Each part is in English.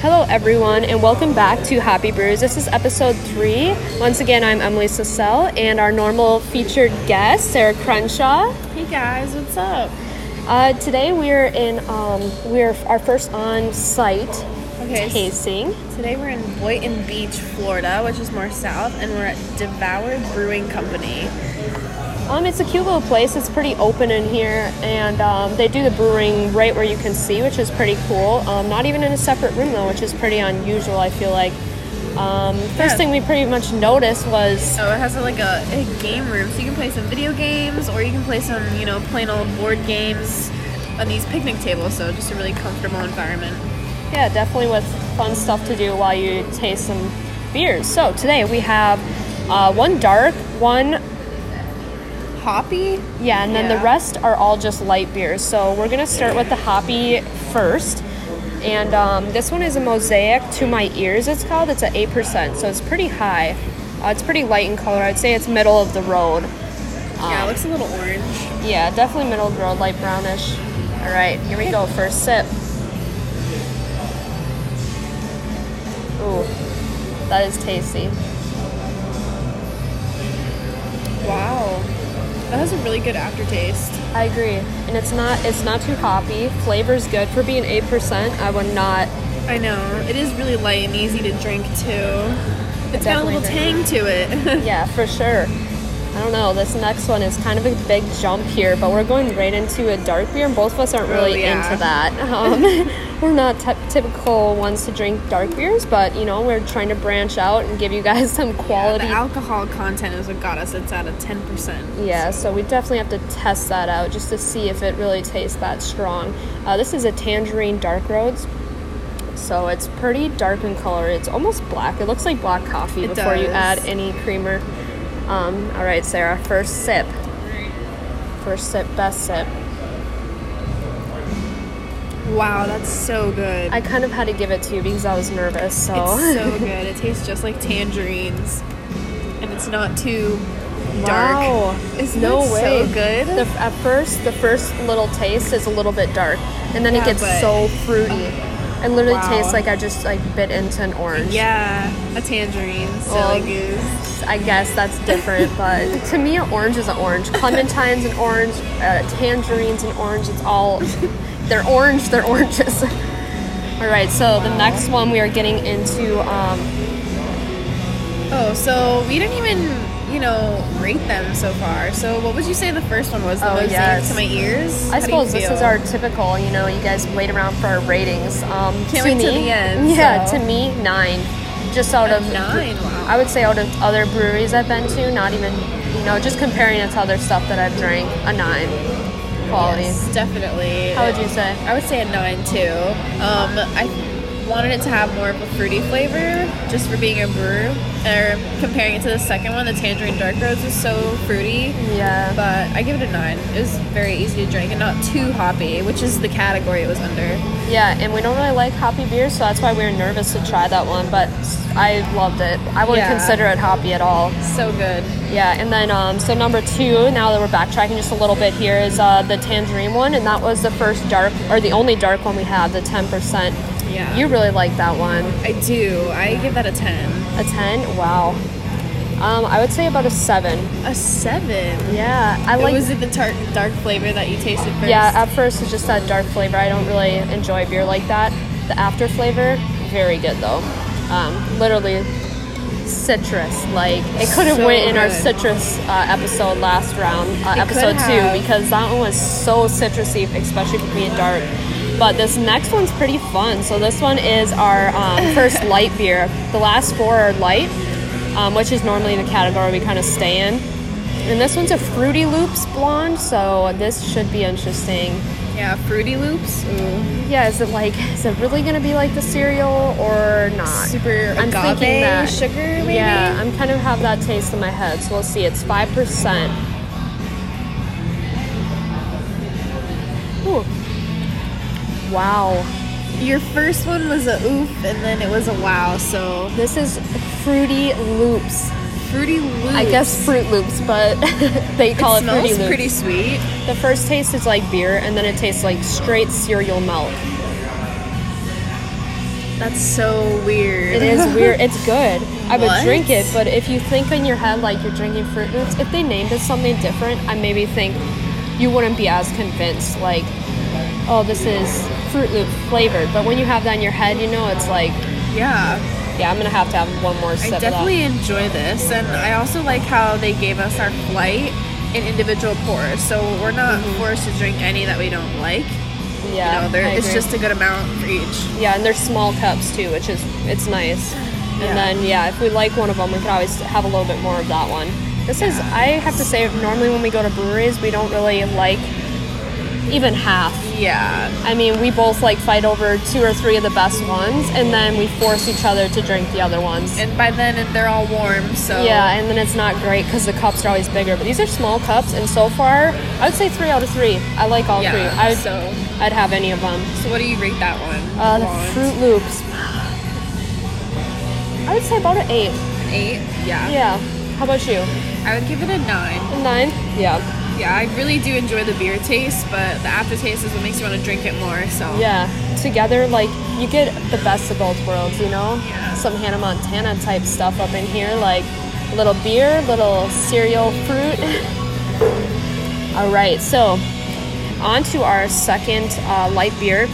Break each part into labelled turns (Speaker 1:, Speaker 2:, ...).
Speaker 1: Hello, everyone, and welcome back to Happy Brews. This is episode three. Once again, I'm Emily Sassell, and our normal featured guest, Sarah Crenshaw.
Speaker 2: Hey guys, what's up?
Speaker 1: Uh, today, we're in um, we're our first on-site
Speaker 2: Okay, s-
Speaker 1: tasting.
Speaker 2: today we're in Boynton Beach, Florida, which is more south, and we're at Devoured Brewing Company.
Speaker 1: Um, it's a cute little place. It's pretty open in here, and um, they do the brewing right where you can see, which is pretty cool. Um, not even in a separate room though, which is pretty unusual. I feel like. Um, first
Speaker 2: Yeah.
Speaker 1: thing we pretty much noticed was
Speaker 2: So it has like a, a game room, so you can play some video games, or you can play some, you know, plain old board games on these picnic tables. So just a really comfortable environment.
Speaker 1: Yeah, definitely with fun stuff to do while you taste some beers. So today we have uh, one dark, one
Speaker 2: Hoppy?
Speaker 1: yeah, and then the
Speaker 2: Yeah.
Speaker 1: rest are all just light beers. So we're gonna start with the hoppy first, and um, this one is a mosaic to my ears. It's called. It's at eight percent, so it's pretty high. Uh, it's pretty light in color. I'd say it's middle of the road. Um,
Speaker 2: Yeah, it looks a little orange.
Speaker 1: Yeah, definitely middle of the road, light brownish. All right, here we go. First sip. Ooh, that is tasty.
Speaker 2: Wow, that has a really good aftertaste.
Speaker 1: I agree, and it's not it's not too hoppy. Flavor's good for being eight percent. I would not.
Speaker 2: I know it is really light and easy to drink too. It's got a
Speaker 1: Definitely
Speaker 2: little tang
Speaker 1: drink
Speaker 2: to it.
Speaker 1: Yeah, for sure. I don't know. This next one is kind of a big jump here, but we're going right into a dark beer, and both of us aren't really
Speaker 2: Oh, yeah.
Speaker 1: into that. Um, we're not t- typical ones to drink dark beers, but you know we're trying to branch out and give you guys some quality
Speaker 2: The alcohol content is what got us. It's at a ten percent.
Speaker 1: Yeah, so we definitely have to test that out just to see if it really tastes that strong. Uh, this is a tangerine dark roads, so it's pretty dark in color. It's almost black. It looks like black coffee
Speaker 2: It
Speaker 1: before you
Speaker 2: does.
Speaker 1: add any creamer. Um, all right, Sarah, first sip. First sip, best sip.
Speaker 2: Wow, that's so good.
Speaker 1: I kind of had to give it to you because I was nervous. So,
Speaker 2: It's so good. It tastes just like tangerines, and it's not too dark.
Speaker 1: Wow.
Speaker 2: It's
Speaker 1: no
Speaker 2: that
Speaker 1: way.
Speaker 2: So good.
Speaker 1: The, at first, the first little taste is a little bit dark, and then it
Speaker 2: Yeah,
Speaker 1: gets
Speaker 2: but-
Speaker 1: so fruity. It literally
Speaker 2: Wow.
Speaker 1: tastes like I just like bit into an orange.
Speaker 2: yeah, a tangerine. Silly
Speaker 1: Oh.
Speaker 2: goose.
Speaker 1: I guess that's different, but to me, an orange is an orange. Clementine's an orange. Uh, tangerine's an orange. It's all they're orange. They're oranges. all right. So the next one we are getting into. Um,
Speaker 2: Oh, so we didn't even, you know, rate them so far. So what would you say the first one was? The
Speaker 1: Oh,
Speaker 2: mosaic
Speaker 1: yes.
Speaker 2: to my ears.
Speaker 1: I
Speaker 2: How do you
Speaker 1: suppose this
Speaker 2: feel?
Speaker 1: is our typical, you know, you guys wait around for our ratings. Um,
Speaker 2: Can't
Speaker 1: to
Speaker 2: wait
Speaker 1: me,
Speaker 2: till the end,
Speaker 1: Yeah,
Speaker 2: so.
Speaker 1: to me, nine. Just out of
Speaker 2: nine, wow.
Speaker 1: um, I would say out of other breweries I've been to, not even, you know, just comparing it to other stuff that I've drank, a nine quality.
Speaker 2: Yes, definitely.
Speaker 1: How would you say?
Speaker 2: I would say a nine too. Um, I wanted it to have more of a fruity flavor, just for being a brew. Or comparing it to the second one, the tangerine dark roads is so fruity.
Speaker 1: Yeah.
Speaker 2: But I give it a nine. It was very easy to drink and not too hoppy, which is the category it was under.
Speaker 1: Yeah, and we don't really like hoppy beers, so that's why we were nervous to try that one. But I loved it. I wouldn't
Speaker 2: Yeah.
Speaker 1: consider it hoppy at all.
Speaker 2: So good.
Speaker 1: Yeah, and then um, so number two, now that we're backtracking just a little bit here, is uh, the tangerine one, and that was the first dark or the only dark one we had, the ten percent.
Speaker 2: Yeah.
Speaker 1: You really like that one,
Speaker 2: I do. I give that a ten.
Speaker 1: a ten. Wow. Um, I would say about a seven.
Speaker 2: A seven.
Speaker 1: Yeah, I like.
Speaker 2: was it the tar- dark flavor that you tasted first?
Speaker 1: yeah, at first it's just that dark flavor. I don't really enjoy beer like that. The after flavor, very good though. Um, literally citrus. Like it could have
Speaker 2: So
Speaker 1: went in our
Speaker 2: good.
Speaker 1: citrus uh, episode last round, uh,
Speaker 2: It could
Speaker 1: episode
Speaker 2: have.
Speaker 1: two, because that one was so citrusy, especially for being dark. But this next one's pretty fun. So this one is our um, first light beer. The last four are light, um, which is normally the category we kind of stay in. And this one's a Fruity Loops blonde, so this should be interesting.
Speaker 2: Yeah, fruity loops. Ooh.
Speaker 1: Yeah, is it like is it really gonna be like the cereal or not?
Speaker 2: Super agave sugar, maybe?
Speaker 1: Yeah, I'm kind of have that taste in my head, so we'll see. It's five percent. Wow,
Speaker 2: Your first one was a oof, and then it was a wow. So
Speaker 1: this is fruity loops.
Speaker 2: fruity loops.
Speaker 1: I guess Fruit Loops, but they call it,
Speaker 2: it smells
Speaker 1: Fruity Loops.
Speaker 2: pretty sweet.
Speaker 1: The first taste is like beer, and then it tastes like straight cereal milk.
Speaker 2: That's so weird.
Speaker 1: It is weird. It's good. I would
Speaker 2: What?
Speaker 1: drink it, but if you think in your head like you're drinking fruit loops, if they named it something different, I maybe think you wouldn't be as convinced. Like, oh, this is Fruit Loop flavored. But when you have that in your head, you know it's like,
Speaker 2: yeah.
Speaker 1: yeah, I'm gonna have to have one more sip
Speaker 2: I
Speaker 1: of that.
Speaker 2: definitely enjoy this, and I also like how they gave us our flight in individual pours, so we're not forced to drink any that we don't like.
Speaker 1: Mm-hmm. Yeah,
Speaker 2: you know, there,
Speaker 1: I
Speaker 2: it's
Speaker 1: agree.
Speaker 2: just a good amount for each.
Speaker 1: yeah, and they're small cups too, which is it's nice. And
Speaker 2: Yeah.
Speaker 1: then yeah, if we like one of them, we could always have a little bit more of that one. This is I have to say, normally when we go to breweries, we don't really like even half.
Speaker 2: Yeah,
Speaker 1: I mean, we both like fight over two or three of the best ones, and then we force each other to drink the other ones.
Speaker 2: and by then it- they're all warm, so
Speaker 1: yeah, and then it's not great because the cups are always bigger. But these are small cups, and so far, I would say three out of three. I like all
Speaker 2: Yeah,
Speaker 1: three. I,
Speaker 2: so-
Speaker 1: I'd have any of them.
Speaker 2: So what do you rate that one?
Speaker 1: Uh,
Speaker 2: Blonde?
Speaker 1: the Fruit Loops. I would say about an eight.
Speaker 2: An eight. Yeah.
Speaker 1: Yeah. How about you?
Speaker 2: I would give it a nine.
Speaker 1: A nine? Yeah.
Speaker 2: Yeah, I really do enjoy the beer taste, but the aftertaste is what makes you want to drink it more. So
Speaker 1: Yeah. Together, like you get the best of both worlds. You know,
Speaker 2: Yeah.
Speaker 1: some Hannah Montana type stuff up in here, like a little beer, little cereal, fruit. All right. So, on to our second uh, light beer.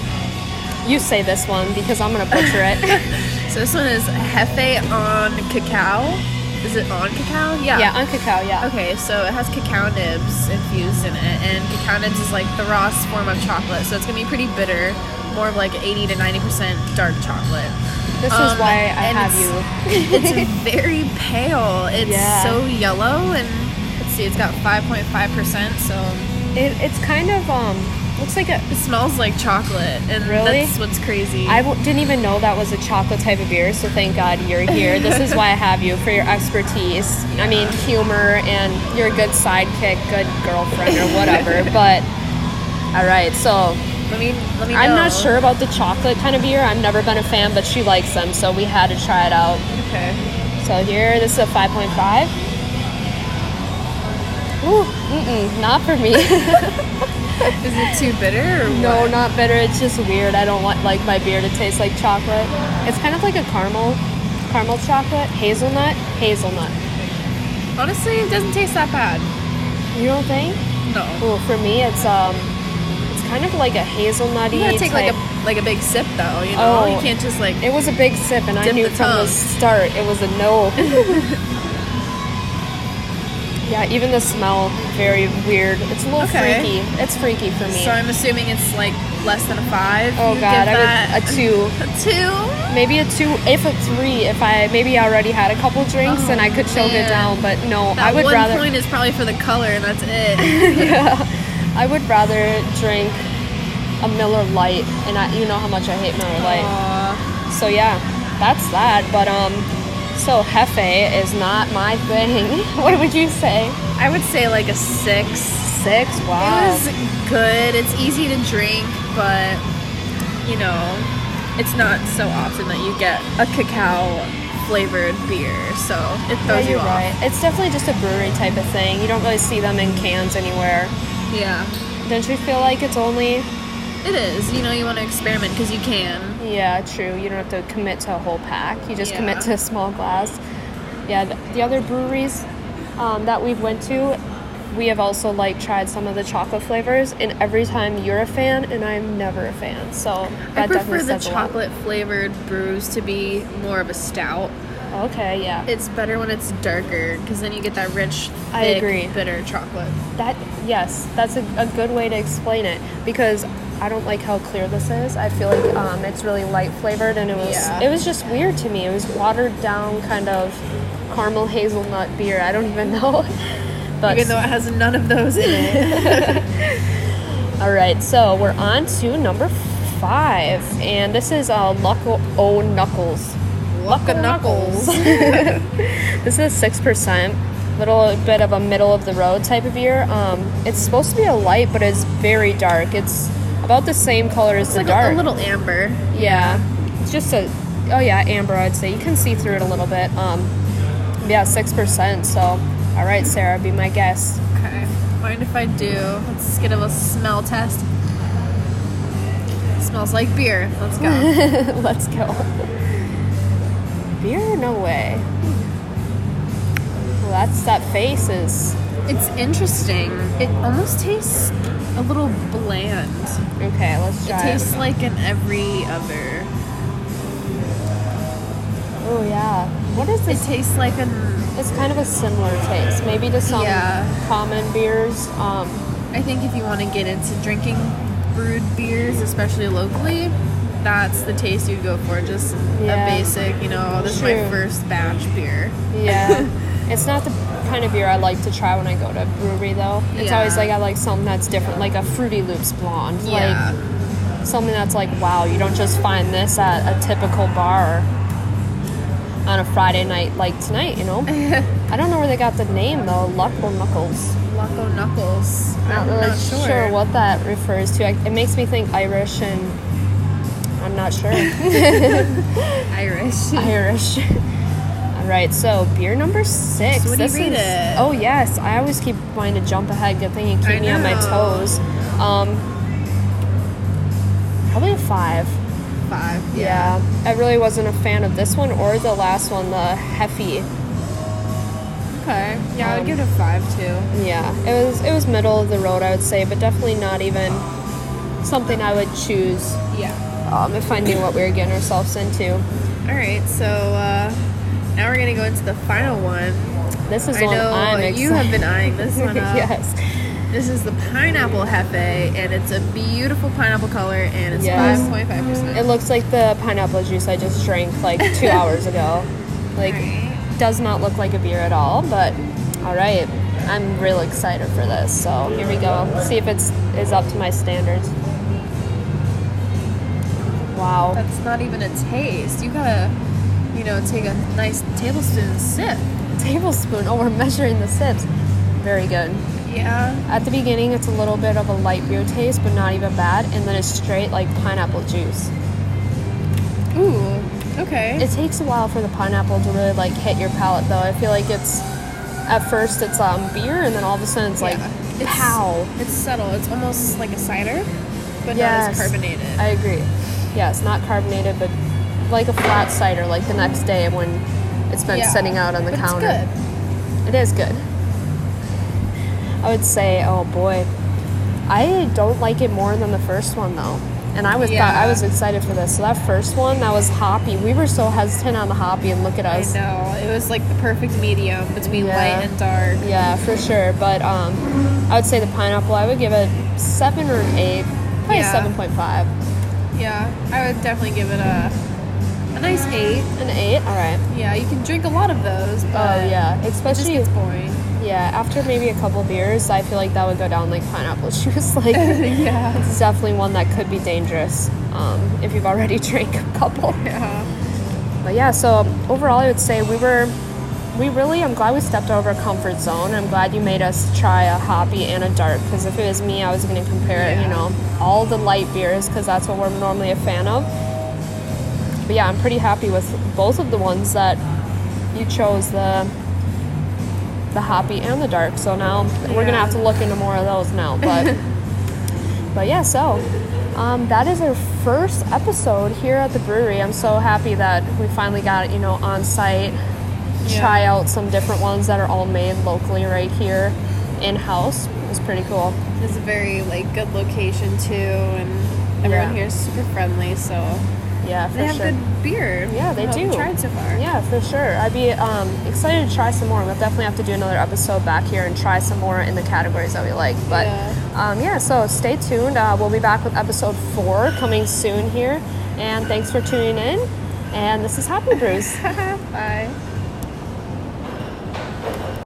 Speaker 1: You say this one because I'm gonna butcher it.
Speaker 2: So this one is Hefe on cacao. Is it on cacao? Yeah.
Speaker 1: yeah, on cacao. Yeah.
Speaker 2: Okay, so it has cacao nibs infused in it, and cacao nibs is like the rawest form of chocolate, so it's gonna be pretty bitter, more of like 80 to 90 percent dark chocolate.
Speaker 1: This is
Speaker 2: Um,
Speaker 1: why I
Speaker 2: and
Speaker 1: have
Speaker 2: it's-
Speaker 1: you.
Speaker 2: It's very pale. It's
Speaker 1: Yeah.
Speaker 2: so yellow, and let's see, it's got 5.5 percent, so
Speaker 1: It, it's kind of um looks like a
Speaker 2: it smells like chocolate, and
Speaker 1: Really?
Speaker 2: that's what's crazy.
Speaker 1: I w- didn't even know that was a chocolate type of beer, so thank God you're here. This is why I have you for your expertise. I mean, humor, and you're a good sidekick, good girlfriend, or whatever. but, all right, so
Speaker 2: let me let me.
Speaker 1: I'm not
Speaker 2: know.
Speaker 1: sure about the chocolate kind of beer. I've never been a fan, but she likes them, so we had to try it out.
Speaker 2: Okay.
Speaker 1: So here, this is a 5.5. Ooh, mm-mm, not for me.
Speaker 2: Is it too bitter? Or
Speaker 1: No,
Speaker 2: what?
Speaker 1: not bitter. It's just weird. I don't want like my beer to taste like chocolate. It's kind of like a caramel, caramel chocolate, hazelnut, hazelnut.
Speaker 2: Honestly, it doesn't taste that bad.
Speaker 1: You don't think?
Speaker 2: No.
Speaker 1: Well, for me, it's um, it's kind of like a hazelnutty.
Speaker 2: You gotta take
Speaker 1: type-
Speaker 2: like a like a big sip though. You know,
Speaker 1: Oh.
Speaker 2: you can't just like.
Speaker 1: It was a big sip, and I
Speaker 2: Dip
Speaker 1: knew
Speaker 2: the
Speaker 1: from the
Speaker 2: tongue.
Speaker 1: start it was a no. yeah, even the smell, very weird. It's a little
Speaker 2: Okay.
Speaker 1: freaky. It's freaky for me.
Speaker 2: So I'm assuming it's like less than a five.
Speaker 1: oh
Speaker 2: You
Speaker 1: God,
Speaker 2: give
Speaker 1: I
Speaker 2: that
Speaker 1: would a two.
Speaker 2: a two.
Speaker 1: maybe a two if a three if i maybe i already had a couple drinks and i could choke it
Speaker 2: Oh, man.
Speaker 1: down but no
Speaker 2: That
Speaker 1: i would
Speaker 2: one
Speaker 1: rather
Speaker 2: point is probably for the color, and that's it.
Speaker 1: i would rather drink a miller light and i you know how much i hate miller light
Speaker 2: Aw.
Speaker 1: so yeah that's that but um so hefe is not my thing what would you say
Speaker 2: I would say like a six.
Speaker 1: six
Speaker 2: It
Speaker 1: wow
Speaker 2: was good. It's easy to drink, but you know, it's not so often that you get a cacao flavored beer, so it
Speaker 1: Yeah,
Speaker 2: throws you
Speaker 1: you're
Speaker 2: off.
Speaker 1: right. It's definitely just a brewery type of thing. You don't really see them in cans anywhere.
Speaker 2: Yeah,
Speaker 1: Don't you feel like it's only
Speaker 2: it is. You know, you want to experiment because you can.
Speaker 1: Yeah, true. You don't have to commit to a whole pack. You just commit
Speaker 2: Yeah.
Speaker 1: to a small glass. Yeah, th- the other breweries um, that we've went to, we have also like tried some of the chocolate flavors, and every time you're a fan, and I'm never a fan. So that
Speaker 2: I
Speaker 1: definitely
Speaker 2: prefer the
Speaker 1: says a lot.
Speaker 2: chocolate flavored brews to be more of a stout.
Speaker 1: Okay, yeah,
Speaker 2: It's better when it's darker because then you get that rich, thick,
Speaker 1: I agree.
Speaker 2: bitter chocolate.
Speaker 1: that yes, that's a, a good way to explain it because I don't like how clear this is. I feel like um, it's really light flavored, and it was
Speaker 2: Yeah.
Speaker 1: it was just weird to me. It was watered down kind of caramel hazelnut beer. I don't even know. But
Speaker 2: Even though it has none of those in it.
Speaker 1: All right, so we're on to number five, and this is uh, Lucko O Knuckles.
Speaker 2: Luck of knuckles.
Speaker 1: This is six percent, little bit of a middle of the road type of beer. Um, it's supposed to be a light, but it's very dark. It's about the same color as
Speaker 2: It's
Speaker 1: the
Speaker 2: like
Speaker 1: dark.
Speaker 2: a little amber.
Speaker 1: yeah, it's just a oh yeah, amber. I'd say you can see through it a little bit. Um, yeah, six percent. So, all right, Sarah, be my guest.
Speaker 2: Okay. Mind if I do? Let's get a little smell test. smells like beer. Let's go.
Speaker 1: Let's go. Beer? No way. Well, that's that face is
Speaker 2: it's interesting. It almost tastes a little bland.
Speaker 1: okay. Let's
Speaker 2: It
Speaker 1: try.
Speaker 2: tastes like an every other.
Speaker 1: oh yeah. What is
Speaker 2: It
Speaker 1: this?
Speaker 2: tastes like an.
Speaker 1: it's kind of a similar taste, maybe to some
Speaker 2: Yeah.
Speaker 1: common beers. Um,
Speaker 2: I think if you want to get into drinking brewed beers, especially locally, that's the taste you'd go for. Just
Speaker 1: Yeah.
Speaker 2: a basic, you know, this is
Speaker 1: True.
Speaker 2: my first batch beer.
Speaker 1: yeah, it's not the kind of beer I like to try when I go to a brewery though. It's always
Speaker 2: Yeah.
Speaker 1: like I like something that's different, like a Fruity Loops blonde,
Speaker 2: yeah.
Speaker 1: like something that's like wow, you don't just find this at a typical bar on a Friday night like tonight, you know. I don't know where they got the name though, Luckle Knuckles.
Speaker 2: Loco Knuckles.
Speaker 1: Not
Speaker 2: I'm
Speaker 1: really
Speaker 2: not
Speaker 1: sure. what that refers to. I, it makes me think Irish and I'm not sure.
Speaker 2: Irish.
Speaker 1: Irish. All right, so beer number six.
Speaker 2: So what do you
Speaker 1: This
Speaker 2: rate
Speaker 1: is-
Speaker 2: it?
Speaker 1: Oh yes, I always keep wanting to jump ahead. Good thing you
Speaker 2: I
Speaker 1: keep me on my
Speaker 2: know.
Speaker 1: toes. Um, probably a five.
Speaker 2: Five.
Speaker 1: Yeah. I really wasn't a fan of this one or the last one, the Heffy.
Speaker 2: Okay. Yeah, I
Speaker 1: Um,
Speaker 2: would give it a five too.
Speaker 1: Yeah, it was it was middle of the road, I would say, but definitely not even something I would choose
Speaker 2: Yeah.
Speaker 1: um, if I knew what we were getting ourselves into.
Speaker 2: All right. So uh, now we're gonna go into the final one.
Speaker 1: This is
Speaker 2: I
Speaker 1: one
Speaker 2: know
Speaker 1: I'm excited.
Speaker 2: you have been eyeing this one up.
Speaker 1: yes.
Speaker 2: This is the pineapple hefe, and it's a beautiful pineapple color, and it's
Speaker 1: Yes.
Speaker 2: five point five
Speaker 1: It
Speaker 2: percent.
Speaker 1: looks like the pineapple juice I just drank like two hours ago. Like, does not look like a beer at all, but all right. I'm real excited for this, so here we go. See if it's is up to my standards. Wow.
Speaker 2: That's not even a taste. You gotta, you know, take a nice tablespoon sip.
Speaker 1: Tablespoon. Oh, we're measuring the sips. Very good.
Speaker 2: Yeah.
Speaker 1: At the beginning, it's a little bit of a light beer taste, but not even bad. And then it's straight like pineapple juice.
Speaker 2: Ooh. Okay.
Speaker 1: It takes a while for the pineapple to really like hit your palate, though. I feel like it's at first it's um beer, and then all of a sudden it's like
Speaker 2: Yeah. It's-
Speaker 1: pow.
Speaker 2: It's subtle. It's almost like a cider, but not
Speaker 1: Yes.
Speaker 2: as carbonated.
Speaker 1: I agree. Yeah, it's not carbonated, but like a flat cider, like the next day when it's been
Speaker 2: Yeah.
Speaker 1: sitting out on the
Speaker 2: But
Speaker 1: counter.
Speaker 2: It's
Speaker 1: It
Speaker 2: good.
Speaker 1: is good. I would say, oh boy, I don't like it more than the first one though. And I was thought, I
Speaker 2: Yeah.
Speaker 1: was excited for this. So that first one, that was hoppy. We were so hesitant on the hoppy, and look at
Speaker 2: I
Speaker 1: us.
Speaker 2: know. It was like the perfect medium between
Speaker 1: Yeah.
Speaker 2: light and dark.
Speaker 1: Yeah, for sure. But um, I would say the pineapple. I would give it seven or an eight, probably
Speaker 2: Yeah.
Speaker 1: seven point five.
Speaker 2: Yeah, I would definitely give it a a nice eight.
Speaker 1: An eight. All right.
Speaker 2: Yeah, you can drink a lot of those, but
Speaker 1: Oh yeah,
Speaker 2: it just
Speaker 1: especially
Speaker 2: gets boring.
Speaker 1: yeah. After maybe a couple beers, I feel like that would go down like pineapple juice. Like
Speaker 2: yeah.
Speaker 1: it's definitely one that could be dangerous um, if you've already drank a couple.
Speaker 2: Yeah.
Speaker 1: But yeah, so overall, I would say we were, we really, I'm glad we stepped over our comfort zone. I'm glad you made us try a hoppy and a dark because if it was me, I was going to compare, you
Speaker 2: Yeah.
Speaker 1: know, all the light beers because that's what we're normally a fan of. But yeah, I'm pretty happy with both of the ones that you chose the the hoppy and the dark. So now we're gonna
Speaker 2: Yeah.
Speaker 1: have to look into more of those now. But but yeah, so um, that is our first episode here at the brewery. I'm so happy that we finally got you know on site,
Speaker 2: Yeah.
Speaker 1: try out some different ones that are all made locally right here in house. It was pretty cool.
Speaker 2: It's a very like good location too, and everyone
Speaker 1: Yeah.
Speaker 2: here is super friendly. So
Speaker 1: Yeah, for
Speaker 2: they have
Speaker 1: sure.
Speaker 2: good beer.
Speaker 1: Yeah, they
Speaker 2: from what we've
Speaker 1: do.
Speaker 2: Tried so far.
Speaker 1: Yeah, for sure. I'd be um, excited to try some more. We'll definitely have to do another episode back here and try some more in the categories that we like. But
Speaker 2: Yeah.
Speaker 1: um, yeah so stay tuned. Uh, we'll be back with episode four coming soon here. And thanks for tuning in. And this is Happy Brews.
Speaker 2: Bye.